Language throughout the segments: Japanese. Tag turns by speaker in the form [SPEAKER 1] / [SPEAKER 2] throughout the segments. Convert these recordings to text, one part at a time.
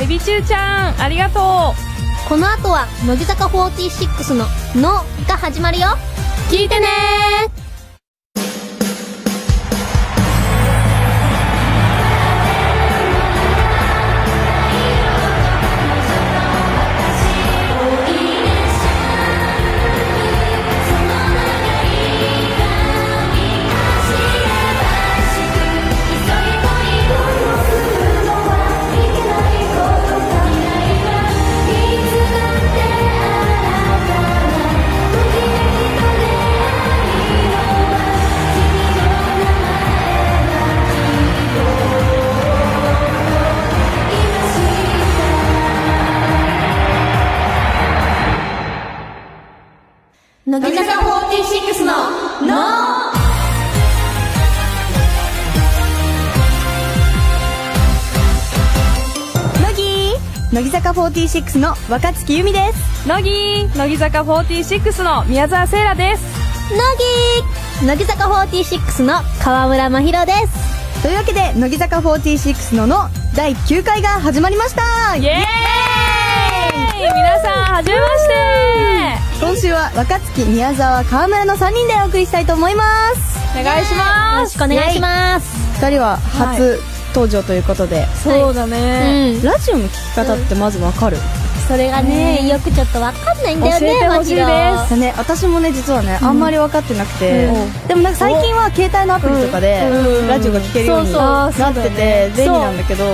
[SPEAKER 1] エビチューちゃんありがと
[SPEAKER 2] この後は乃木坂46の「の」が始まるよ聞いてね乃木坂46の「の」
[SPEAKER 3] 乃木乃木坂46の若月由美です
[SPEAKER 1] う乃木乃木坂46の宮澤セイラです
[SPEAKER 2] 乃木乃木坂46の河村真宏です
[SPEAKER 3] というわけで乃木坂46のの第9回が始まりました
[SPEAKER 1] イエーイ皆さんはじめまして
[SPEAKER 3] 今週は若月宮沢川村の3人でお送りしたいと思います
[SPEAKER 1] お願いし
[SPEAKER 2] よ
[SPEAKER 1] ま
[SPEAKER 2] ろ
[SPEAKER 1] す
[SPEAKER 2] しくお願いします
[SPEAKER 3] 2人は初登場ということで、
[SPEAKER 1] そうだね、
[SPEAKER 2] うん
[SPEAKER 3] ラジオの聞き方ってまずわかる、
[SPEAKER 2] それがねよくちょっとわかんないんだよね
[SPEAKER 1] 教えてほしいです
[SPEAKER 2] マジ
[SPEAKER 3] だね私もね実はね、あんまり分かってなくて、でもなんか最近は携帯のアプリとかで、
[SPEAKER 1] うん
[SPEAKER 3] ラジオが聴けるように
[SPEAKER 1] そうそう
[SPEAKER 3] なってて便利なんだけど、
[SPEAKER 1] ん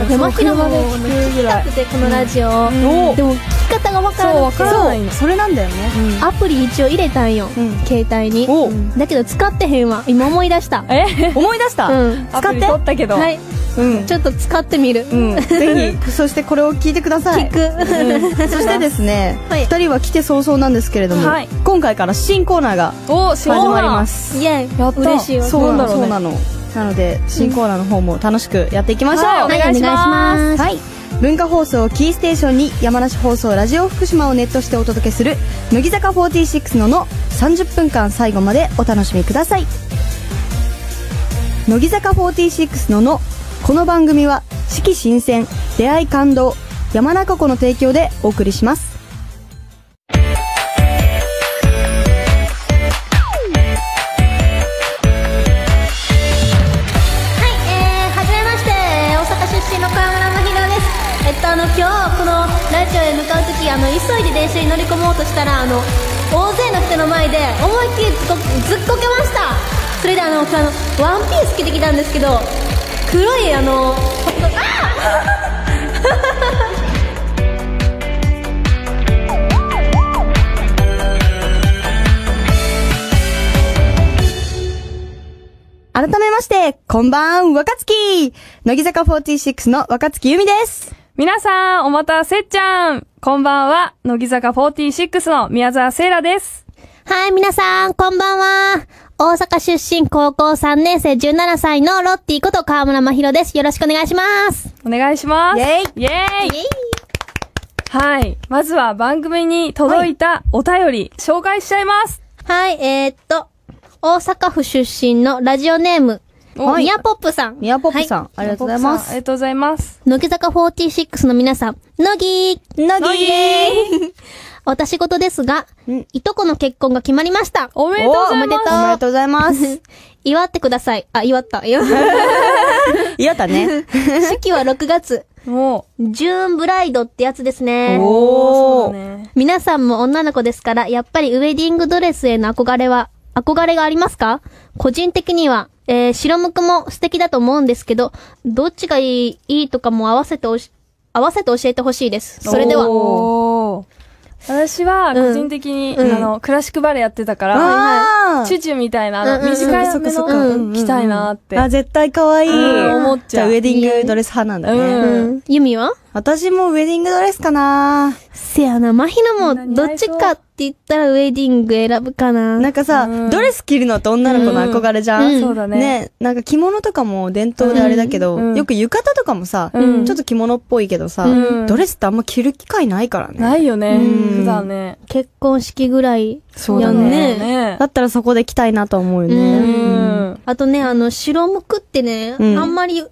[SPEAKER 1] うん
[SPEAKER 2] でマキロも
[SPEAKER 3] 車で聞くぐらい
[SPEAKER 2] でこのラジオ、
[SPEAKER 3] ん
[SPEAKER 2] でも聞き方がわから
[SPEAKER 3] そう
[SPEAKER 2] な
[SPEAKER 3] わ
[SPEAKER 2] く
[SPEAKER 3] か
[SPEAKER 2] て
[SPEAKER 3] らないのそれなんだよね、
[SPEAKER 2] アプリ一応入れたんよ、
[SPEAKER 3] うん
[SPEAKER 2] 携帯に
[SPEAKER 3] お
[SPEAKER 2] だけど使ってへんわ今思い出した
[SPEAKER 1] え
[SPEAKER 3] 思い出した、
[SPEAKER 2] うん
[SPEAKER 3] 使
[SPEAKER 1] ア
[SPEAKER 3] って
[SPEAKER 1] プリ取ったけど、
[SPEAKER 2] はい
[SPEAKER 3] うん
[SPEAKER 2] ちょっと使ってみる、
[SPEAKER 3] うん、ぜひそしてこれを聞いてください
[SPEAKER 2] 聞く、
[SPEAKER 3] そしてですね、
[SPEAKER 2] はい
[SPEAKER 3] 2人は来て早々なんですけれども、
[SPEAKER 1] はい
[SPEAKER 3] 今回から新コーナーが
[SPEAKER 1] お
[SPEAKER 3] 始まりま す
[SPEAKER 2] イエーイ
[SPEAKER 1] やった
[SPEAKER 2] 嬉しいわ
[SPEAKER 3] そうなの
[SPEAKER 1] そ
[SPEAKER 3] そう
[SPEAKER 1] うな
[SPEAKER 3] なのなので新コーナーの方も楽しくやっていきましょう、
[SPEAKER 1] はいお願いします
[SPEAKER 2] はいお願いします
[SPEAKER 3] はい文化放送をキーステーションに山梨放送ラジオ福島をネットしてお届けする乃木坂46のの30分間最後までお楽しみください乃木坂46ののこの番組は四季新鮮出会い感動山中湖の提供でお送りします
[SPEAKER 2] はい、えー、はじめまして、大阪出身の河村真宏です。えっと、あの、今日、このラジオへ向かうとき、あの、急いで電車に乗り込もうとしたら、あの、大勢の人の前で、思いっきりずっこずっこけました。それで、あの、僕あの、ワンピース着てきたんですけど、黒い、あの、ほんとあー
[SPEAKER 3] 改めましてこんばん若月乃木坂46の若月由美です
[SPEAKER 1] 皆さんお待たせっちゃんこんばんは乃木坂46の宮澤セイラです
[SPEAKER 2] はい、皆さん、こんばんは。大阪出身高校3年生17歳のロッティこと河村真宏です。よろしくお願いします。
[SPEAKER 1] お願いします
[SPEAKER 3] イエ
[SPEAKER 1] イイエーイはい。まずは番組に届いたお便り、紹介しちゃいます。
[SPEAKER 2] はい、えー、っと、大阪府出身のラジオネーム、
[SPEAKER 3] はい
[SPEAKER 2] ミヤポップさん。
[SPEAKER 3] ミヤポップさん、
[SPEAKER 2] はい
[SPEAKER 3] ありがとうございます
[SPEAKER 1] ありがとうございます。
[SPEAKER 2] 乃木坂46の皆さん、乃木
[SPEAKER 3] 乃
[SPEAKER 1] 乃木
[SPEAKER 2] 私事ですが
[SPEAKER 3] うん、
[SPEAKER 2] いとこの結婚が決まりました。
[SPEAKER 1] おめでとうございます。
[SPEAKER 3] おめでとうございます。
[SPEAKER 2] 祝ってください。あ、祝った。祝
[SPEAKER 3] 嫌だね。
[SPEAKER 2] 式は6月。
[SPEAKER 1] も
[SPEAKER 2] ジューンブライドってやつですね
[SPEAKER 1] う。。
[SPEAKER 3] おー
[SPEAKER 1] そうだね
[SPEAKER 2] 皆さんも女の子ですから、やっぱりウェディングドレスへの憧れは、憧れがありますか個人的には、えー、白むくも素敵だと思うんですけど、どっちがいい、いいとかも合わせておし、合わせて教えてほしいです。それでは。
[SPEAKER 1] おー私は、個人的に、
[SPEAKER 2] うん
[SPEAKER 1] あの、クラシックバレエやってたか
[SPEAKER 3] わ
[SPEAKER 1] ら、
[SPEAKER 3] ー
[SPEAKER 1] チュチュみたいな、あの、
[SPEAKER 2] うんうん
[SPEAKER 1] 短いめ
[SPEAKER 3] そっかそっかそっか
[SPEAKER 1] の着たいなって。
[SPEAKER 3] あ、絶対可愛い。
[SPEAKER 1] うん思っち
[SPEAKER 3] じゃ
[SPEAKER 1] ゃ
[SPEAKER 3] あ、
[SPEAKER 1] う
[SPEAKER 3] ウェディングドレス派なんだ
[SPEAKER 1] う
[SPEAKER 3] ね。
[SPEAKER 1] ん。
[SPEAKER 2] ユミは
[SPEAKER 3] 私もウェディングドレスかな
[SPEAKER 2] せやな、マヒ
[SPEAKER 1] み
[SPEAKER 2] ノ
[SPEAKER 1] ん
[SPEAKER 2] も、
[SPEAKER 1] な
[SPEAKER 2] ど
[SPEAKER 1] 似合
[SPEAKER 2] っ
[SPEAKER 1] いそ
[SPEAKER 2] ち
[SPEAKER 1] う
[SPEAKER 2] かって言ったらウェディング選ぶかな。
[SPEAKER 3] なんかさ、
[SPEAKER 1] うん
[SPEAKER 3] ドレス着るのって女の子の憧れじゃん、
[SPEAKER 2] うん
[SPEAKER 1] そうだね。
[SPEAKER 3] ね、なんか着物とかも伝統であれだけど、
[SPEAKER 1] うん
[SPEAKER 3] よく浴衣とかもさ、
[SPEAKER 1] うん
[SPEAKER 3] ちょっと着物っぽいけどさ、
[SPEAKER 1] うん
[SPEAKER 3] ドレスってあんま着る機会ないからね。
[SPEAKER 1] ないよね。
[SPEAKER 3] うん
[SPEAKER 1] 普段ね。
[SPEAKER 2] 結婚式ぐらい。
[SPEAKER 3] そうだね
[SPEAKER 2] やんね。
[SPEAKER 3] だったらそこで着たいなと思うよね。
[SPEAKER 1] う
[SPEAKER 2] う
[SPEAKER 1] んん。
[SPEAKER 2] あとね、あの、白むくってね、
[SPEAKER 3] うん
[SPEAKER 2] あんまり、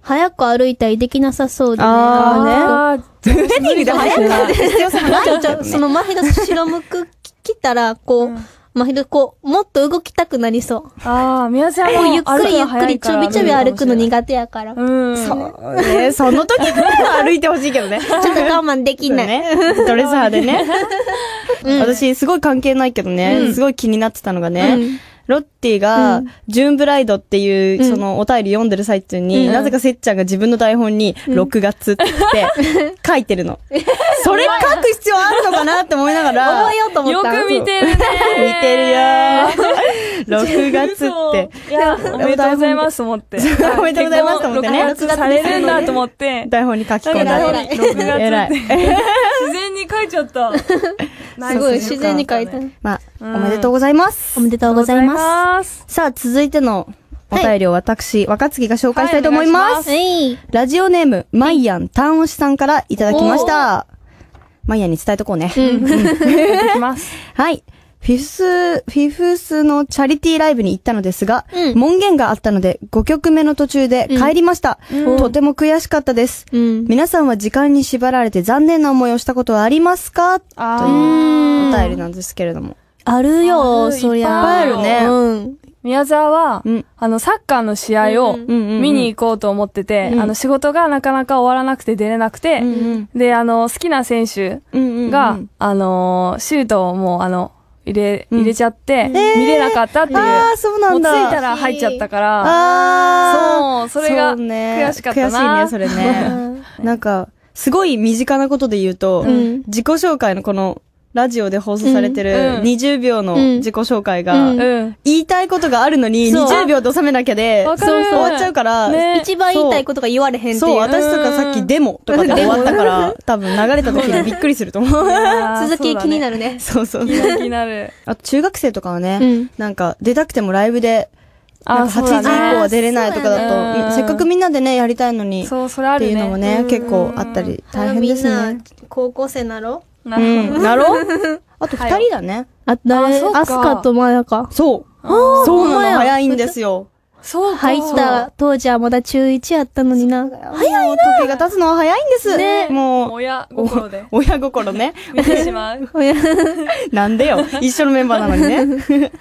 [SPEAKER 2] 早く歩いたりできなさそうでね。
[SPEAKER 3] あ
[SPEAKER 1] あ
[SPEAKER 3] ーね
[SPEAKER 1] ーね。トレーニングで入ってな。
[SPEAKER 3] 強さ がな
[SPEAKER 2] なん
[SPEAKER 3] い
[SPEAKER 2] かちょ そのマヒロ白むく来たら、こう、マヒロこう、もっと動きたくなりそう。
[SPEAKER 1] ああ、宮沢
[SPEAKER 2] も
[SPEAKER 1] も
[SPEAKER 2] うゆっくりゆっくりちょびちょび歩くの
[SPEAKER 1] が。
[SPEAKER 2] 苦手やから。ちょっ
[SPEAKER 1] うん。
[SPEAKER 3] そうね、その時くらいは歩いてほしいけどね。
[SPEAKER 2] と我慢で きない。
[SPEAKER 3] ね、ドレス派でね。
[SPEAKER 2] うん
[SPEAKER 3] 私、すごい関係ないけどね、
[SPEAKER 2] うん
[SPEAKER 3] すごい気になってたのがね、
[SPEAKER 2] うん
[SPEAKER 3] ロッティが、ジューンブライドっていう、
[SPEAKER 2] うん
[SPEAKER 3] そのお便り読んでる最中に、
[SPEAKER 2] うん
[SPEAKER 3] なぜかせっちゃんが自分の台本に、6 月って書いてるの。それ書く必要あるのかなって思いながら、。
[SPEAKER 2] 覚えようと思
[SPEAKER 1] よ
[SPEAKER 2] った。
[SPEAKER 1] く見てるね
[SPEAKER 3] 見て るよー。6月って。
[SPEAKER 1] て。いや、おめでとうございますと思 って。
[SPEAKER 3] おめでとうございますと思ってね
[SPEAKER 1] 6月されるんだと思って。
[SPEAKER 3] 台本に書き
[SPEAKER 1] だ
[SPEAKER 3] 込
[SPEAKER 1] け
[SPEAKER 3] ん
[SPEAKER 1] ど、
[SPEAKER 3] だ。
[SPEAKER 2] 偉い
[SPEAKER 1] 6
[SPEAKER 3] 偉
[SPEAKER 1] 月って。
[SPEAKER 3] い。
[SPEAKER 1] 自然に書いちゃった。
[SPEAKER 2] すごい自然に書いた。
[SPEAKER 3] まあ、
[SPEAKER 1] うん。
[SPEAKER 3] おめでとうございます
[SPEAKER 2] お。めでとうございます
[SPEAKER 3] さあ、続いてのお便りを私、若月が紹介したいと思います。
[SPEAKER 1] は
[SPEAKER 2] す。はい。
[SPEAKER 3] ラジオネーム、マイアン、タンオシさんからいただきました。マイアンに伝えとこうね。
[SPEAKER 1] いきます。
[SPEAKER 3] はい。フィフス、フィフスのチャリティーライブに行ったのですが、
[SPEAKER 2] うん
[SPEAKER 3] 門限があったので5曲目の途中で帰りました。とても悔しかったです。
[SPEAKER 2] うん。
[SPEAKER 3] 皆さんは時間に縛られて残念な思いをしたことはありますかという
[SPEAKER 1] あー
[SPEAKER 3] お便りなんですけれども。
[SPEAKER 2] ある
[SPEAKER 1] あ
[SPEAKER 2] よ、
[SPEAKER 1] る
[SPEAKER 2] そり
[SPEAKER 1] い
[SPEAKER 2] ゃ。
[SPEAKER 1] っぱ
[SPEAKER 3] いあるね
[SPEAKER 2] うん。
[SPEAKER 1] 宮沢は
[SPEAKER 3] うん、
[SPEAKER 1] あの、サッカーの試合を
[SPEAKER 2] うん
[SPEAKER 3] うんうんうん
[SPEAKER 1] 見に行こうと思ってて、
[SPEAKER 3] うん
[SPEAKER 1] あの、仕事がなかなか終わらなくて出れなくて、
[SPEAKER 3] ん
[SPEAKER 1] で、あの、好きな選手
[SPEAKER 3] うん
[SPEAKER 1] が、あのー、シュートをもう、あの、入れ、
[SPEAKER 3] うん
[SPEAKER 1] 入れちゃって、見れなかったっていう。
[SPEAKER 3] ああ、そう
[SPEAKER 1] も
[SPEAKER 3] な
[SPEAKER 1] うん着い
[SPEAKER 3] だ。
[SPEAKER 1] たら入っちゃったから、
[SPEAKER 3] ああ。
[SPEAKER 1] そう、それが
[SPEAKER 3] うね
[SPEAKER 1] 悔しかったな。
[SPEAKER 3] 悔しいね、それね。
[SPEAKER 2] うん
[SPEAKER 3] なんか、すごい身近なことで言うと、
[SPEAKER 2] ん
[SPEAKER 3] 自己紹介のこの、ラジオで放送されてる
[SPEAKER 1] うんうん
[SPEAKER 3] 20秒の
[SPEAKER 2] うん
[SPEAKER 3] 自己紹介が、
[SPEAKER 2] うん
[SPEAKER 1] うん。
[SPEAKER 3] 言いたいことがあるのに
[SPEAKER 2] そう
[SPEAKER 3] 20秒で収めなきゃで、
[SPEAKER 1] わか
[SPEAKER 3] そうそう
[SPEAKER 1] る
[SPEAKER 3] 終わっちゃうから、
[SPEAKER 1] ね
[SPEAKER 2] 一番言いたいことが言われへんって
[SPEAKER 3] そう、
[SPEAKER 2] いう。
[SPEAKER 3] 私とかさっきデモとかで終わったから、多分流れた時にびっくりすると思う。
[SPEAKER 2] 続き気にな
[SPEAKER 1] る。
[SPEAKER 2] るね。
[SPEAKER 3] そうそう。
[SPEAKER 1] 気になる。
[SPEAKER 3] あと中学生とかはね、
[SPEAKER 2] うん
[SPEAKER 3] なんか出たくてもライブで、
[SPEAKER 1] あ
[SPEAKER 3] なん
[SPEAKER 1] ー
[SPEAKER 3] か8
[SPEAKER 1] そう
[SPEAKER 3] 時以
[SPEAKER 1] だ
[SPEAKER 3] 降
[SPEAKER 1] ね
[SPEAKER 3] は出れないと
[SPEAKER 1] そ
[SPEAKER 3] かだ
[SPEAKER 1] うだ
[SPEAKER 3] と、
[SPEAKER 1] ね
[SPEAKER 3] うんせっかくみんなでね、やりたいのに、
[SPEAKER 1] そう、それあ
[SPEAKER 3] って
[SPEAKER 1] る
[SPEAKER 3] いう
[SPEAKER 1] ね。
[SPEAKER 3] のもね、結構あったり、大変です
[SPEAKER 2] あのみ
[SPEAKER 3] ね
[SPEAKER 2] ん。な高校生なろ
[SPEAKER 1] な
[SPEAKER 3] う
[SPEAKER 1] るほど
[SPEAKER 3] ん、なろうあと二人だね。
[SPEAKER 2] あ、
[SPEAKER 1] 誰
[SPEAKER 2] 誰
[SPEAKER 1] アスカと
[SPEAKER 2] マヤか。
[SPEAKER 3] そう。
[SPEAKER 2] ー
[SPEAKER 3] そうな
[SPEAKER 2] ほんま
[SPEAKER 3] の、
[SPEAKER 2] や
[SPEAKER 3] 早いんですよ。
[SPEAKER 1] そうか。
[SPEAKER 2] 入った当時はまだ中1やったのにな。
[SPEAKER 3] 早いな時計が経つのは早いんです。
[SPEAKER 1] ね
[SPEAKER 3] もう、
[SPEAKER 1] 親心で。
[SPEAKER 3] お 親心ね。
[SPEAKER 1] 見てしまう。
[SPEAKER 3] なんでよ。一緒のメンバーなのにね。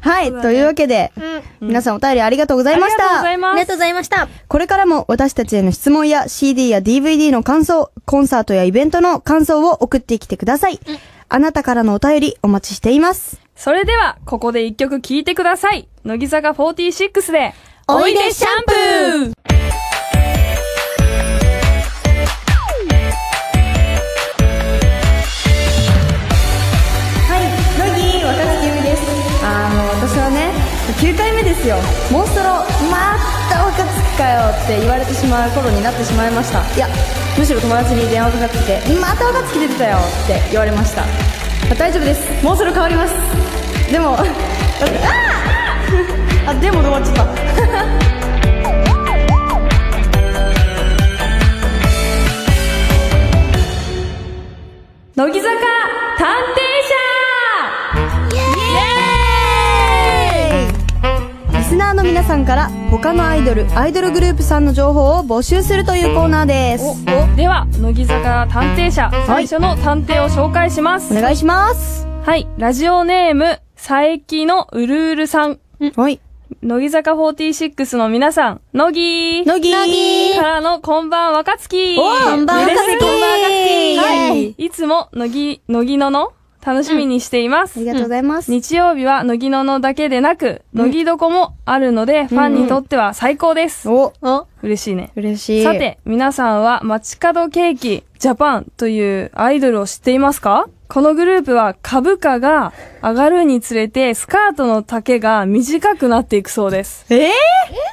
[SPEAKER 3] はい、というわけで、皆さんお便りありがとうござ
[SPEAKER 1] あ
[SPEAKER 3] い
[SPEAKER 1] り
[SPEAKER 3] ま
[SPEAKER 1] が
[SPEAKER 3] し
[SPEAKER 1] とうご
[SPEAKER 3] た
[SPEAKER 1] ざ。い
[SPEAKER 2] あ
[SPEAKER 1] ま
[SPEAKER 2] りが
[SPEAKER 1] す。
[SPEAKER 2] とうございました。
[SPEAKER 3] これからも私たちへの質問や CD や DVD の感想、コンサートやイベントの感想を送ってきてください。あなたからのお便りお待ちしています。
[SPEAKER 1] それでは、ここで一曲聴いてください。乃木坂46で、
[SPEAKER 2] おいでシャ
[SPEAKER 1] ンプー
[SPEAKER 3] はい、乃木若月由美です。あの、私はね、9回目ですよ。モンストロ、また若月かよって言われてしまう頃になってしまいました。いや、むしろ友達に電話かかってきて、また若月出てたよって言われました。あ大丈夫です。モンストロ変わります。でも、 あああでも終わっちゃった。
[SPEAKER 1] 乃木坂探偵
[SPEAKER 3] リスナーの皆さんから他のアイドルアイドルグループさんの情報を募集するというコーナーですお
[SPEAKER 1] 社では、乃木坂探偵社、最初の探偵を紹介します。
[SPEAKER 3] 願いします
[SPEAKER 1] はい、ラジオネーム、佐伯のうるうるさん。
[SPEAKER 3] はい
[SPEAKER 1] 乃木坂46の皆さん、乃木
[SPEAKER 3] 乃木
[SPEAKER 1] からのこんばん若月
[SPEAKER 3] おーこんばん
[SPEAKER 1] 嬉しい
[SPEAKER 3] 若月
[SPEAKER 1] こんばん若月は
[SPEAKER 3] イ
[SPEAKER 1] い。
[SPEAKER 3] エ
[SPEAKER 1] いつも、乃木、乃木のの、楽しみにしています。
[SPEAKER 3] ありがとうございます、
[SPEAKER 1] 日曜日は乃木ののだけでなく、乃木どこもあるので、ファンにとっては最高です。
[SPEAKER 3] お
[SPEAKER 2] お、
[SPEAKER 1] 嬉しいね。
[SPEAKER 3] 嬉しい
[SPEAKER 1] さて、皆さんは街角ケーキジャパンというアイドルを知っていますかこのグループは株価が上がるにつれてスカートの丈が短くなっていくそうです。
[SPEAKER 3] えー、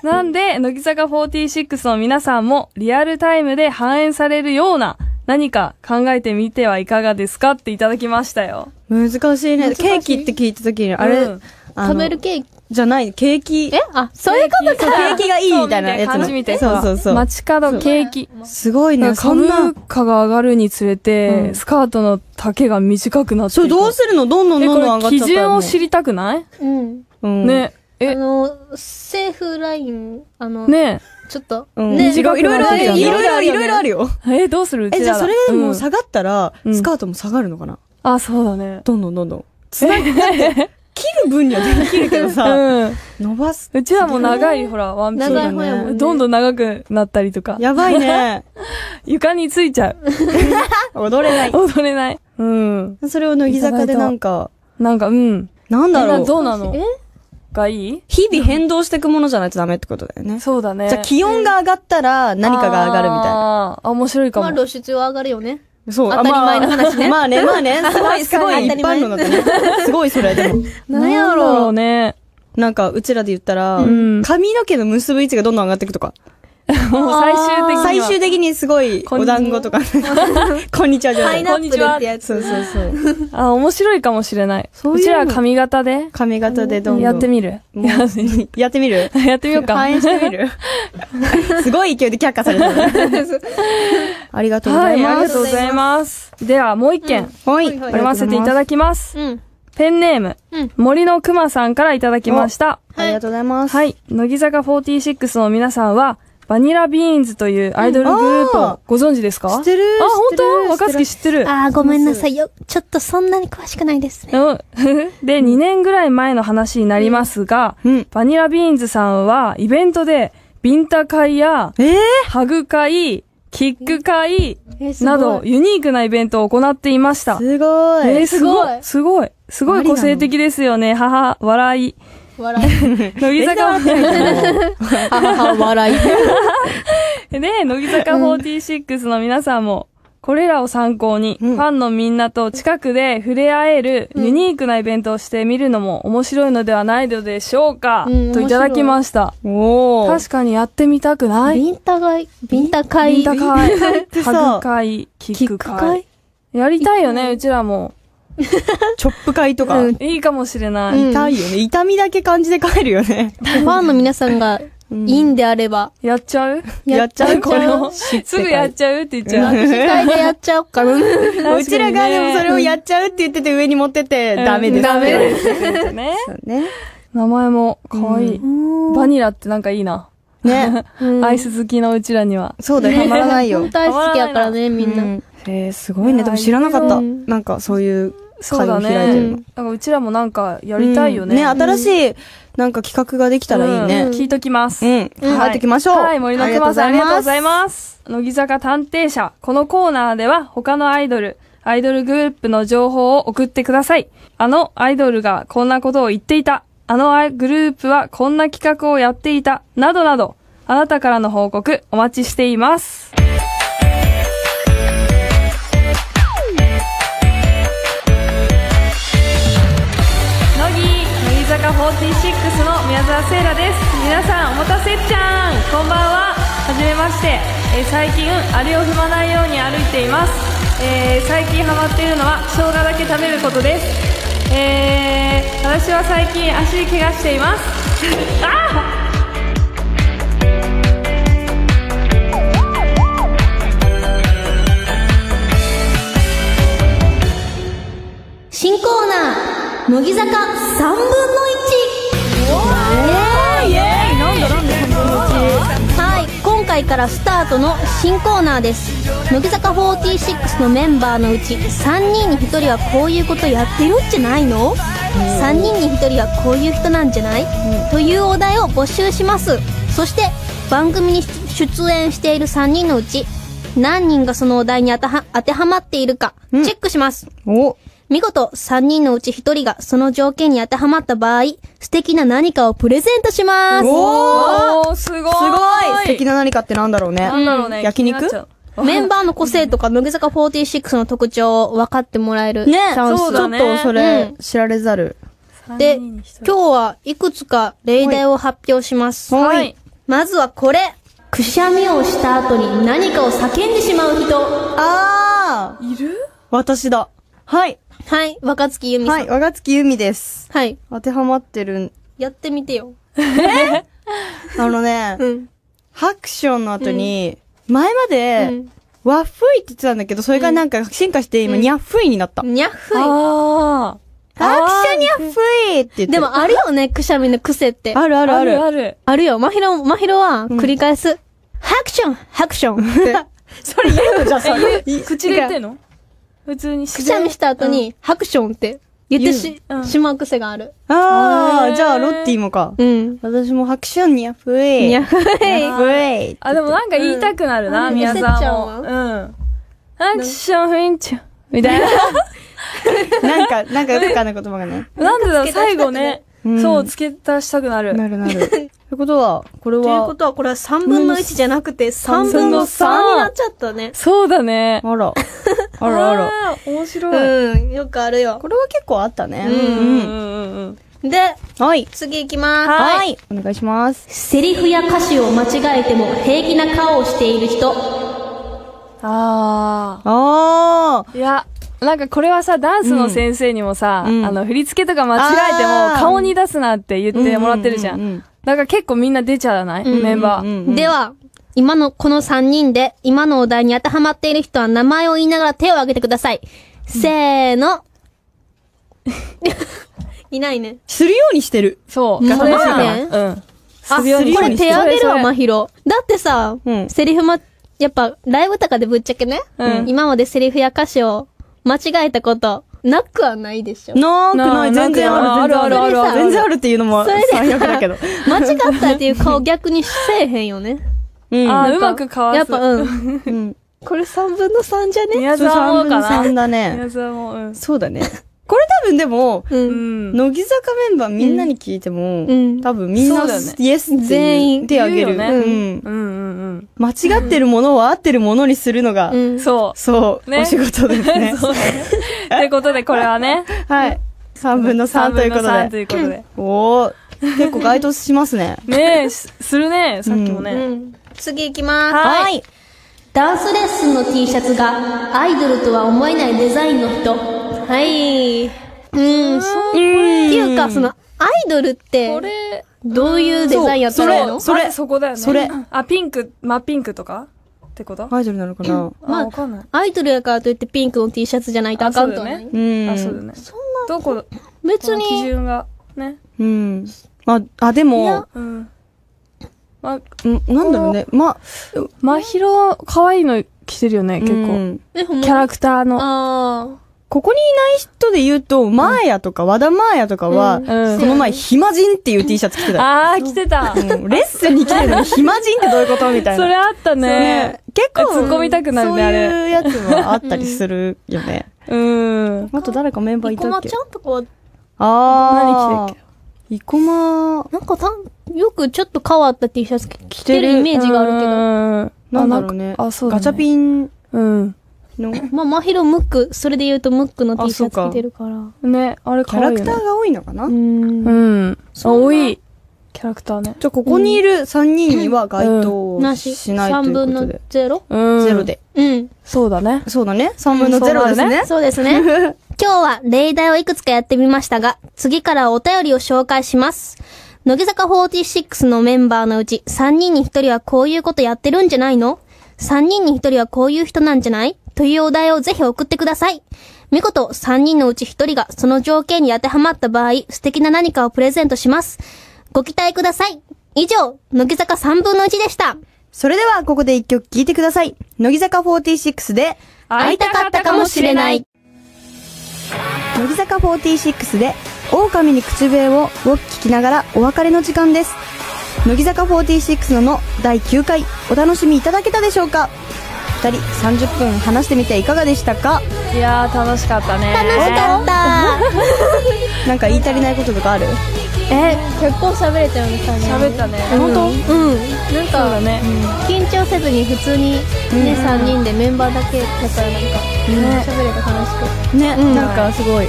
[SPEAKER 1] なんで、乃木坂46の皆さんもリアルタイムで反映されるような何か考えてみてはいかがですかっていただきましたよ。
[SPEAKER 3] 難しいね
[SPEAKER 2] 難しい
[SPEAKER 3] ケーキって聞いた時にあれ、
[SPEAKER 1] うん
[SPEAKER 3] あの
[SPEAKER 2] 食べるケーキ。
[SPEAKER 3] じゃないケーキ
[SPEAKER 2] えあ、そういうこと
[SPEAKER 3] そうケーキがいいみたいなやつ
[SPEAKER 1] 感
[SPEAKER 3] の
[SPEAKER 1] じみたいな。
[SPEAKER 3] そうそうそう
[SPEAKER 1] 街角ケーキ。
[SPEAKER 3] すごいねそんな
[SPEAKER 1] 株価が上がるにつれて、
[SPEAKER 3] うん
[SPEAKER 1] スカートの丈が短くなっていく
[SPEAKER 3] それどうするのどんどん
[SPEAKER 1] え、
[SPEAKER 3] どんどん上
[SPEAKER 1] こ
[SPEAKER 3] がっ
[SPEAKER 1] れ
[SPEAKER 3] ちゃ
[SPEAKER 1] 基
[SPEAKER 3] った
[SPEAKER 1] 準を知りたくない、
[SPEAKER 2] うん。
[SPEAKER 3] うん、
[SPEAKER 1] ね。
[SPEAKER 2] あ
[SPEAKER 1] え、
[SPEAKER 2] の、セーフライン、あの、
[SPEAKER 1] ね
[SPEAKER 2] ちょっと。
[SPEAKER 1] うん
[SPEAKER 2] ね
[SPEAKER 1] 違う
[SPEAKER 3] いろいろあるよ。い
[SPEAKER 1] いろ
[SPEAKER 3] ろい
[SPEAKER 1] いろ
[SPEAKER 3] ろ
[SPEAKER 1] あるよ
[SPEAKER 3] あるよ。いろいろあるよ。
[SPEAKER 1] え、どうするうちら
[SPEAKER 3] え、じゃあそれで
[SPEAKER 1] う
[SPEAKER 3] も
[SPEAKER 1] ん
[SPEAKER 3] 下がったら、
[SPEAKER 1] うん
[SPEAKER 3] スカートも下がるのかな
[SPEAKER 1] あ、そうだね。
[SPEAKER 3] どんどんどんどん。つなぎ、だって切る分にはできるけどさ、
[SPEAKER 1] うん。
[SPEAKER 3] 伸ばす。
[SPEAKER 1] うちらも長い、ほら、ワンピース。
[SPEAKER 2] 長い方やもんね
[SPEAKER 1] どんどん長くなったりとか。
[SPEAKER 3] やばいね。
[SPEAKER 1] 床についちゃう。
[SPEAKER 3] 踊れない。
[SPEAKER 1] 踊れない。うん。
[SPEAKER 3] それを乃木坂でなんか、
[SPEAKER 1] なんか、うん。
[SPEAKER 3] なんだろ
[SPEAKER 1] みんな
[SPEAKER 3] う。
[SPEAKER 1] どうなの
[SPEAKER 2] え
[SPEAKER 1] がいい
[SPEAKER 3] 日々変動していくものじゃないとダメってことだよね。
[SPEAKER 1] そうだね。
[SPEAKER 3] じゃあ気温が上がったら何かが上がるみたいな。
[SPEAKER 1] な。あ、面白いか
[SPEAKER 2] まあ
[SPEAKER 1] も。
[SPEAKER 2] 露出は上がるよね。
[SPEAKER 3] そう、
[SPEAKER 2] 当たり前の話ね
[SPEAKER 3] まあね、まあ ね、すごい、す
[SPEAKER 2] 確
[SPEAKER 3] ご
[SPEAKER 2] か
[SPEAKER 3] い
[SPEAKER 2] に
[SPEAKER 3] 一般論だったね。すごいそれ、 でも。
[SPEAKER 1] なんやろうね。
[SPEAKER 3] なんか、うちらで言ったら、
[SPEAKER 1] ん
[SPEAKER 3] 髪の毛の結ぶ位置がどんどん上がっていくとか。
[SPEAKER 1] もう最終的には。
[SPEAKER 3] 最終的にすごい、
[SPEAKER 1] こん
[SPEAKER 3] お
[SPEAKER 1] にちは
[SPEAKER 3] 団子 とか。こんにちはじゃ
[SPEAKER 2] パ
[SPEAKER 3] な
[SPEAKER 2] イ
[SPEAKER 3] い。
[SPEAKER 2] ナップルってやつ。
[SPEAKER 3] そうそうそう。
[SPEAKER 1] あ、面白いかもしれない。
[SPEAKER 3] そういう
[SPEAKER 1] う
[SPEAKER 3] の
[SPEAKER 1] ちら髪型で
[SPEAKER 3] 髪型でどんどん。
[SPEAKER 1] やってみる。
[SPEAKER 3] もうやってみる
[SPEAKER 1] やってみようか。
[SPEAKER 3] 反映してみ るすごい勢いで却下されたね。 ありがとうご
[SPEAKER 1] は
[SPEAKER 3] ざい
[SPEAKER 1] い、あ
[SPEAKER 3] ま
[SPEAKER 1] り
[SPEAKER 3] す
[SPEAKER 1] がとう。ございます。では、もう一件、
[SPEAKER 3] はい、
[SPEAKER 2] はいはい
[SPEAKER 1] 読ませていた
[SPEAKER 3] だき
[SPEAKER 1] だきます。
[SPEAKER 2] うん。
[SPEAKER 1] ペンネーム、
[SPEAKER 2] うん
[SPEAKER 1] 森のくまさんからいただきました。
[SPEAKER 3] ありがとうございます。
[SPEAKER 1] はい、乃木坂46の皆さんは、バニラビーンズというアイドルグループ
[SPEAKER 3] うんあー
[SPEAKER 1] をご存知ですか
[SPEAKER 3] 知ってる
[SPEAKER 1] あ、本当
[SPEAKER 3] 知ってる
[SPEAKER 1] 若月知ってる。
[SPEAKER 2] あーごめんなさいよ。ちょっとそんなに詳しくないですね。
[SPEAKER 1] うん。 で、2年ぐらい前の話になりますが、
[SPEAKER 3] うん
[SPEAKER 1] バニラビーンズさんは、イベントで、ビンタ会や、
[SPEAKER 3] ええ
[SPEAKER 1] ハグ会、キック会、
[SPEAKER 2] えすごい
[SPEAKER 1] など、ユニークなイベントを行っていました。
[SPEAKER 3] すごい。
[SPEAKER 1] えー
[SPEAKER 2] す
[SPEAKER 1] す
[SPEAKER 2] ご
[SPEAKER 1] ご
[SPEAKER 2] い
[SPEAKER 1] い。すごい。すごい
[SPEAKER 3] ありなの
[SPEAKER 1] 個性的ですよね。母、笑い。
[SPEAKER 2] 笑い。
[SPEAKER 1] 乃木坂、
[SPEAKER 3] 母笑い。
[SPEAKER 1] ね、乃木坂46の皆さんも、これらを参考に、
[SPEAKER 3] うん
[SPEAKER 1] ファンのみんなと近くで触れ合えるユニークなイベントをしてみるのも面白いのではないのでしょうか、
[SPEAKER 2] うん
[SPEAKER 1] といただきました。
[SPEAKER 3] おー。
[SPEAKER 1] 確かにやってみたくない
[SPEAKER 2] ビンタ会、ビンタ会。
[SPEAKER 1] ビンタ会、
[SPEAKER 3] てさ
[SPEAKER 1] ハグ会、キ
[SPEAKER 2] キ
[SPEAKER 1] ッ
[SPEAKER 2] ック
[SPEAKER 1] ク
[SPEAKER 2] 会
[SPEAKER 1] 会。やりたいよね、うちらも。
[SPEAKER 3] チョップ会とか。
[SPEAKER 2] うん
[SPEAKER 1] いいかもしれない。
[SPEAKER 2] うん
[SPEAKER 3] 痛いよね。痛みだけ感じて帰るよね。
[SPEAKER 2] ファンの皆さんが、いいんであれば、
[SPEAKER 1] やっちゃう
[SPEAKER 3] やっちゃう
[SPEAKER 1] これを、すぐやっちゃうって言っちゃう。
[SPEAKER 2] 機械でやっちゃおうかな。
[SPEAKER 3] うちらがでもそれをやっちゃうって言ってて上に持ってて、ダメです。
[SPEAKER 1] ダメ
[SPEAKER 3] で
[SPEAKER 1] です。ね。
[SPEAKER 3] す。ね。
[SPEAKER 1] 名前も可愛い。バニラってなんかいいな。
[SPEAKER 3] ね。
[SPEAKER 1] アイス好きのうちらには。
[SPEAKER 3] そうだよ。たまらないよ
[SPEAKER 2] 本。当好きやからね、みんな。
[SPEAKER 3] へえ、すごいね。でも知らなかった。
[SPEAKER 2] うん
[SPEAKER 3] なんかそういう
[SPEAKER 1] そう
[SPEAKER 3] 会
[SPEAKER 1] だ
[SPEAKER 3] を開いて
[SPEAKER 1] ね。
[SPEAKER 3] る
[SPEAKER 1] なん。か
[SPEAKER 3] の
[SPEAKER 1] うちらもなんかやりたいよね。
[SPEAKER 3] うんね、新しい、なんか企画ができたらいいね
[SPEAKER 1] うん。聞いときます。
[SPEAKER 3] うん。入ってきましょう。
[SPEAKER 1] はい、森のくまさんありがとうござい
[SPEAKER 3] す。
[SPEAKER 1] ます。乃木坂探偵社。このコーナーでは他のアイドル、アイドルグループの情報を送ってください。あのアイドルがこんなことを言っていた。あのアイグループはこんな企画をやっていた。などなど、あなたからの報告お待ちしています。乃木乃木坂46の宮澤聖羅です皆さんお待たせちゃんこんばんははじめまして、えー最近アリを踏まないように歩いています、えー最近ハマっているのは生姜だけ食べることです、えー私は最近足怪我しています
[SPEAKER 2] 新コーナー、乃木坂3分の1。イエーイなんだなんだはい、今回からスタートの新コーナーです。乃木坂46のメンバーのうち、3人に1人はこういうことやってるんじゃないの ?3 人に1人はこういう人なんじゃない、というお題を募集します。そして、番組に出演している3人のうち、何人がそのお題に当ては当てはまっているか、チェ
[SPEAKER 3] ん
[SPEAKER 2] ックします。
[SPEAKER 3] お、
[SPEAKER 2] 見事、3人のうち1人がその条件に当てはまった場合、素敵な何かをプレゼントします。
[SPEAKER 3] おー
[SPEAKER 1] おーすごい
[SPEAKER 3] すごい素敵な何かってなんだろうね。
[SPEAKER 1] なんだろうね
[SPEAKER 3] 焼
[SPEAKER 1] 気になっ
[SPEAKER 3] 肉
[SPEAKER 1] ちゃう
[SPEAKER 2] メンバーの個性とか、乃木坂46の特徴を分かってもらえるチ
[SPEAKER 3] ね、
[SPEAKER 2] ャンス。
[SPEAKER 1] そうだね
[SPEAKER 3] ちょっとそれ
[SPEAKER 2] うん、
[SPEAKER 3] 知られざる。
[SPEAKER 2] で、
[SPEAKER 1] 三人
[SPEAKER 2] 今
[SPEAKER 1] に一人
[SPEAKER 2] 日はいくつか例題を発表します。
[SPEAKER 3] はい
[SPEAKER 1] はい
[SPEAKER 2] まずはこれ。くしゃみをした後に何かを叫んでしまう人。
[SPEAKER 3] あー
[SPEAKER 1] いる
[SPEAKER 3] 私だ。はい。
[SPEAKER 2] はい、若月由美さん。
[SPEAKER 3] は。
[SPEAKER 2] はいい。
[SPEAKER 3] 若月由美です。当てはまってる。
[SPEAKER 2] やってみてよ。
[SPEAKER 3] あのね、
[SPEAKER 2] うん。
[SPEAKER 3] ハクションの後に、前ま
[SPEAKER 2] う
[SPEAKER 3] で
[SPEAKER 2] ん、
[SPEAKER 3] 和風いって言ってたんだけど、それがなんか進化して今、ニャッフイになった。
[SPEAKER 2] にゃっふい。
[SPEAKER 1] あ
[SPEAKER 3] あー、くしゃにゃっふいって言って。
[SPEAKER 2] で、もあるよね、くしゃみの癖って。
[SPEAKER 3] あるある ある。
[SPEAKER 1] ある。
[SPEAKER 2] あるよ。まひろ、まひろは、繰り返す。ハクションハクション
[SPEAKER 3] それ言うのじゃあ、それ。
[SPEAKER 1] え、口で言ってんの普通に
[SPEAKER 2] く
[SPEAKER 1] く
[SPEAKER 2] しゃみした後に、ハクションって言ってし、
[SPEAKER 1] 言ううん
[SPEAKER 2] しまう癖がある。
[SPEAKER 3] あ
[SPEAKER 1] へ
[SPEAKER 3] あ、
[SPEAKER 1] ー
[SPEAKER 3] じゃあ、ロッティもか。
[SPEAKER 2] うん。
[SPEAKER 3] 私も拍手にゃふえ。
[SPEAKER 2] にゃふ
[SPEAKER 3] にゃふえ。
[SPEAKER 1] あ、でもなんか言いたくなるな、
[SPEAKER 2] うん
[SPEAKER 1] 宮沢
[SPEAKER 2] 焦
[SPEAKER 1] も。
[SPEAKER 2] っち
[SPEAKER 1] うん。アクションフィンチュみたいな。
[SPEAKER 3] なんか、なんかよくわかん ない言葉がね。
[SPEAKER 1] なんでだろう、最後ね。
[SPEAKER 3] うん
[SPEAKER 1] そう、付け足したくなる。
[SPEAKER 3] なるなる。ってことは、これ
[SPEAKER 4] というこ
[SPEAKER 3] は、
[SPEAKER 4] とは、これは3分の1じゃなくて、3分の3になっちゃったね。
[SPEAKER 1] そうだね。
[SPEAKER 3] あら。あらあら。
[SPEAKER 1] あー。面白い。
[SPEAKER 4] うん、よくあるよ。
[SPEAKER 3] これは結構あったね。
[SPEAKER 1] うんう
[SPEAKER 3] ん。
[SPEAKER 1] んうん。
[SPEAKER 4] で、
[SPEAKER 3] はい。
[SPEAKER 4] 次行きます。
[SPEAKER 3] はい。お願いします。
[SPEAKER 2] セリフや歌詞を間違えても平気な顔をしている人。
[SPEAKER 1] あ
[SPEAKER 3] あ
[SPEAKER 1] あ。いや、なんかこれはさ、ダンスの先生にもさ、
[SPEAKER 3] うん
[SPEAKER 1] あの、振り付けとか間違えて
[SPEAKER 3] あー
[SPEAKER 1] も、顔に出すなって言
[SPEAKER 3] ー。
[SPEAKER 1] ってもらってるじゃ。
[SPEAKER 3] うんん
[SPEAKER 1] だから結構みんな出ちゃわないメンバ
[SPEAKER 3] うん
[SPEAKER 1] ー。
[SPEAKER 3] うんうん
[SPEAKER 2] では、今のこの3人で、今のお題に当てはまっている人は名前を言いながら手を挙げてください。せ ーの。
[SPEAKER 4] いないね。
[SPEAKER 3] するようにしてる。
[SPEAKER 1] そう。
[SPEAKER 2] うん
[SPEAKER 1] ガタガタ
[SPEAKER 2] そうだね
[SPEAKER 1] うん。
[SPEAKER 3] あ、するように
[SPEAKER 2] これ
[SPEAKER 3] して
[SPEAKER 2] 手
[SPEAKER 3] る。
[SPEAKER 2] 挙げる
[SPEAKER 1] それそ
[SPEAKER 2] わ、
[SPEAKER 1] れ
[SPEAKER 2] まひろ。だってさ、
[SPEAKER 3] うん
[SPEAKER 2] セリフま、やっぱ、ライブとかでぶっちゃけね、
[SPEAKER 1] うん
[SPEAKER 2] 今までセリフや歌詞を間違えたこと、なくはない でしょ。
[SPEAKER 3] なーくない。
[SPEAKER 1] な
[SPEAKER 3] 全
[SPEAKER 1] ーくない
[SPEAKER 3] 然ある。
[SPEAKER 1] ある
[SPEAKER 3] 全然
[SPEAKER 2] あるあるある
[SPEAKER 3] 全然あるっていうのも
[SPEAKER 2] それで
[SPEAKER 3] 最悪だけど。
[SPEAKER 2] 間違ったっていう顔逆にせえへんよね。
[SPEAKER 3] うん。
[SPEAKER 1] あー、 う
[SPEAKER 2] なん
[SPEAKER 1] まく
[SPEAKER 2] か
[SPEAKER 1] かわす。
[SPEAKER 2] やっぱ、うん。
[SPEAKER 3] うん。
[SPEAKER 2] これ3分の3じゃね
[SPEAKER 1] 宮沢もか
[SPEAKER 3] 3分
[SPEAKER 1] な。
[SPEAKER 3] の3だね。
[SPEAKER 1] 宮沢も、うん。
[SPEAKER 3] そうだね。これ多分でも、
[SPEAKER 2] う。
[SPEAKER 1] うんん。
[SPEAKER 3] 乃木坂メンバーみんなに聞いても、
[SPEAKER 2] うん
[SPEAKER 3] 多分みん
[SPEAKER 1] そ
[SPEAKER 3] な、
[SPEAKER 1] うだよね
[SPEAKER 3] イエスっていう
[SPEAKER 2] 全員
[SPEAKER 3] 手あげ
[SPEAKER 1] 言
[SPEAKER 3] る、
[SPEAKER 1] うよね
[SPEAKER 3] うん。
[SPEAKER 1] うんうん
[SPEAKER 3] 間違ってるものは合ってるものにするのが、
[SPEAKER 2] うん
[SPEAKER 1] うん。そ
[SPEAKER 3] そう、
[SPEAKER 1] ね。
[SPEAKER 3] お仕事ですね
[SPEAKER 1] う。ってことで、これはね、
[SPEAKER 3] はい。3分の3というこ
[SPEAKER 1] 3
[SPEAKER 3] と
[SPEAKER 1] と
[SPEAKER 3] で。
[SPEAKER 1] いうことで。
[SPEAKER 3] おお結構該当しま すね。。
[SPEAKER 1] ねえ、しするね、さっきも
[SPEAKER 4] う
[SPEAKER 1] ね。
[SPEAKER 4] ん。次行きます。
[SPEAKER 1] はい
[SPEAKER 2] ダンスレッスンの T シャツがアイドルとは思えないデザインの人。はい。うん、そう。っ
[SPEAKER 3] う
[SPEAKER 2] てい
[SPEAKER 3] ん。
[SPEAKER 2] うか、その、アイドルって
[SPEAKER 1] こ、れ、
[SPEAKER 2] どういうデザインやったらいいの
[SPEAKER 1] それ、そこだよね。
[SPEAKER 3] それ。
[SPEAKER 1] あ、ピンク、真ピンクとかってこと
[SPEAKER 3] アイドルなのかな
[SPEAKER 1] あ、わかんない。
[SPEAKER 2] アイドルやからといってピンクの T シャツじゃないとあかんとは
[SPEAKER 1] あそうだよ
[SPEAKER 2] ね
[SPEAKER 1] ね。
[SPEAKER 3] うん。
[SPEAKER 1] あ、そうだね。どこ、
[SPEAKER 2] 別
[SPEAKER 1] その基
[SPEAKER 2] に、
[SPEAKER 1] 準が、ね。
[SPEAKER 3] うん。まあ、あ、で
[SPEAKER 2] い
[SPEAKER 3] も
[SPEAKER 2] や、
[SPEAKER 1] うん。ま、
[SPEAKER 3] うんなんだろうね。まあ、
[SPEAKER 1] まひろ、可愛いの着てるよね、結
[SPEAKER 3] う
[SPEAKER 1] 構。
[SPEAKER 3] ん
[SPEAKER 2] え、ほんま
[SPEAKER 1] キャラクターの。
[SPEAKER 2] あ
[SPEAKER 3] ここにいない人で言うと、マーヤとか、和田マーヤとかは、
[SPEAKER 2] うん
[SPEAKER 1] うん
[SPEAKER 3] この前、暇人っていう T シャツ着てた。
[SPEAKER 1] あー、着てた。
[SPEAKER 3] うんレッスンに来てるのに暇人ってどういうことみたいな。
[SPEAKER 1] それあったね。
[SPEAKER 3] 結構、
[SPEAKER 1] 突っ込みたくなるねあれ
[SPEAKER 3] そういうやつはあったりするよね。
[SPEAKER 1] うん。
[SPEAKER 3] あと誰かメンバ
[SPEAKER 4] あ。生
[SPEAKER 3] ーいた
[SPEAKER 4] 駒
[SPEAKER 3] っけ
[SPEAKER 4] ちゃんとかは、
[SPEAKER 3] あー。
[SPEAKER 1] 何着てるっ
[SPEAKER 3] け生駒、
[SPEAKER 2] あ、なんかたん、よくちょっと変わった T シャツ着てるイメージがあるけど。
[SPEAKER 1] う
[SPEAKER 3] なんんだろう
[SPEAKER 1] あ、なん
[SPEAKER 3] ね。
[SPEAKER 1] かあそうだ、ね。
[SPEAKER 3] ガチャ
[SPEAKER 1] ン。
[SPEAKER 3] ピン
[SPEAKER 1] うん。
[SPEAKER 3] のキ
[SPEAKER 2] まあ、まひろムック、それで言うとムックの T シャツ着てるから。
[SPEAKER 1] ね、あれ可
[SPEAKER 3] ャラ
[SPEAKER 1] 愛い、ね。
[SPEAKER 3] クターが多いのかな
[SPEAKER 2] う
[SPEAKER 3] じ
[SPEAKER 2] ん。
[SPEAKER 1] うん。あ、多い。キャラクターね。
[SPEAKER 3] ゃあ、ここにいる3人には該
[SPEAKER 2] な
[SPEAKER 3] 当
[SPEAKER 2] し。
[SPEAKER 3] しないとい
[SPEAKER 2] 3
[SPEAKER 3] う
[SPEAKER 2] 分
[SPEAKER 3] こと
[SPEAKER 2] の
[SPEAKER 3] で。
[SPEAKER 2] 0?
[SPEAKER 1] うん。
[SPEAKER 3] ゼロ。で。
[SPEAKER 2] うん。
[SPEAKER 1] そうだね。
[SPEAKER 3] そうだね。3分のゼロですね。
[SPEAKER 2] そうです ね。今日は例題をいくつかやってみましたが、次からお便りを紹介します。乃木坂46のメンバーのうち3人に1人はこういうことやってるんじゃないの ?3 人に1人はこういう人なんじゃないというお題をぜひ送ってください。見事3人のうち1人がその条件に当てはまった場合、素敵な何かをプレゼントします。ご期待ください。以上、乃木坂3分の1でした。
[SPEAKER 3] それでは、ここで1曲聴いてください。乃木坂46で、
[SPEAKER 2] 会いたかったかもしれない。
[SPEAKER 3] 乃木坂46で狼に口笛をを聞きながらお別れの時間です乃木坂46のの第9回お楽しみいただけたでしょうか2人30分話してみていかがでしたか
[SPEAKER 1] いやー、楽しかったね。
[SPEAKER 2] 楽しかった。
[SPEAKER 3] なんか言い足りないこととかある
[SPEAKER 2] え、結構喋れたよね、感じ。
[SPEAKER 1] 喋ったね。
[SPEAKER 2] 本当うんなん
[SPEAKER 1] そうだ
[SPEAKER 2] か
[SPEAKER 1] ね。
[SPEAKER 2] 緊張せずに普通にね3人でメンバーだけだからなんか喋れた楽し
[SPEAKER 3] ね、
[SPEAKER 2] ん
[SPEAKER 3] なんかすごいい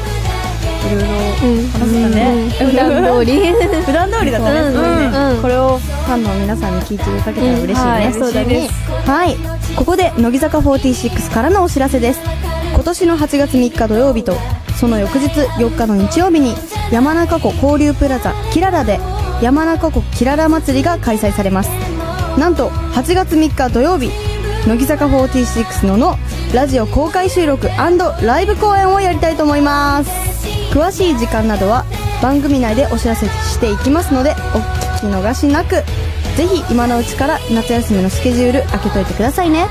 [SPEAKER 3] ろいろ
[SPEAKER 2] くうん
[SPEAKER 3] 話せたね、
[SPEAKER 2] 普段通り
[SPEAKER 3] 普段通りだったね、
[SPEAKER 2] うん
[SPEAKER 3] すごいね
[SPEAKER 2] うん
[SPEAKER 3] これをファンの皆さんに聞いていただけたら嬉しいね、
[SPEAKER 1] はい、
[SPEAKER 2] そうだね
[SPEAKER 1] 嬉しいです
[SPEAKER 3] はいここで乃木坂46からのお知らせです今年の8月3日土曜日とその翌日4日の日曜日に山中湖交流プラザキララで山中湖キララ祭りが開催されますなんと8月3日土曜日乃木坂46ののラジオ公開収録ライブ公演をやりたいと思います詳しい時間などは番組内でお知らせしていきますのでお聞き逃しなくぜひ今のうちから夏休みのスケジュール開けといてくださいね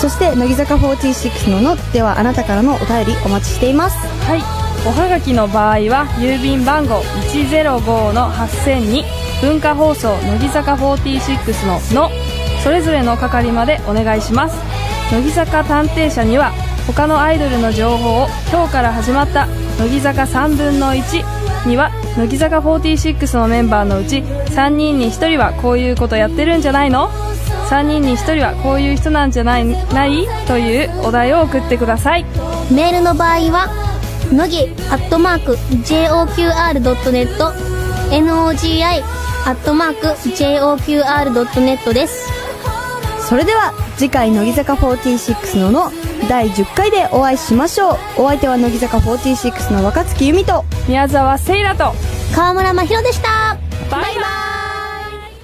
[SPEAKER 3] そして乃木坂46ののではあなたからのお便りお待ちしています
[SPEAKER 1] はい、おはがきの場合は郵便番号105の8000に文化放送乃木坂46の「の」それぞれの係までお願いします乃木坂探偵社には他のアイドルの情報を今日から始まった乃木坂3分の1には乃木坂46のメンバーのうち3人に1人はこういうことやってるんじゃないの3人に1人はこういう人なんじゃないないというお題を送ってください
[SPEAKER 2] メールの場合は乃木アットマーク JOQR.net NOGI アットマーク JOQR.net です
[SPEAKER 3] それでは次回乃木坂46のの第10回でお会いしましょうお相手は乃木坂46の若月由美と
[SPEAKER 1] 宮沢せいらと
[SPEAKER 2] 川村真宏でした
[SPEAKER 1] バイバイ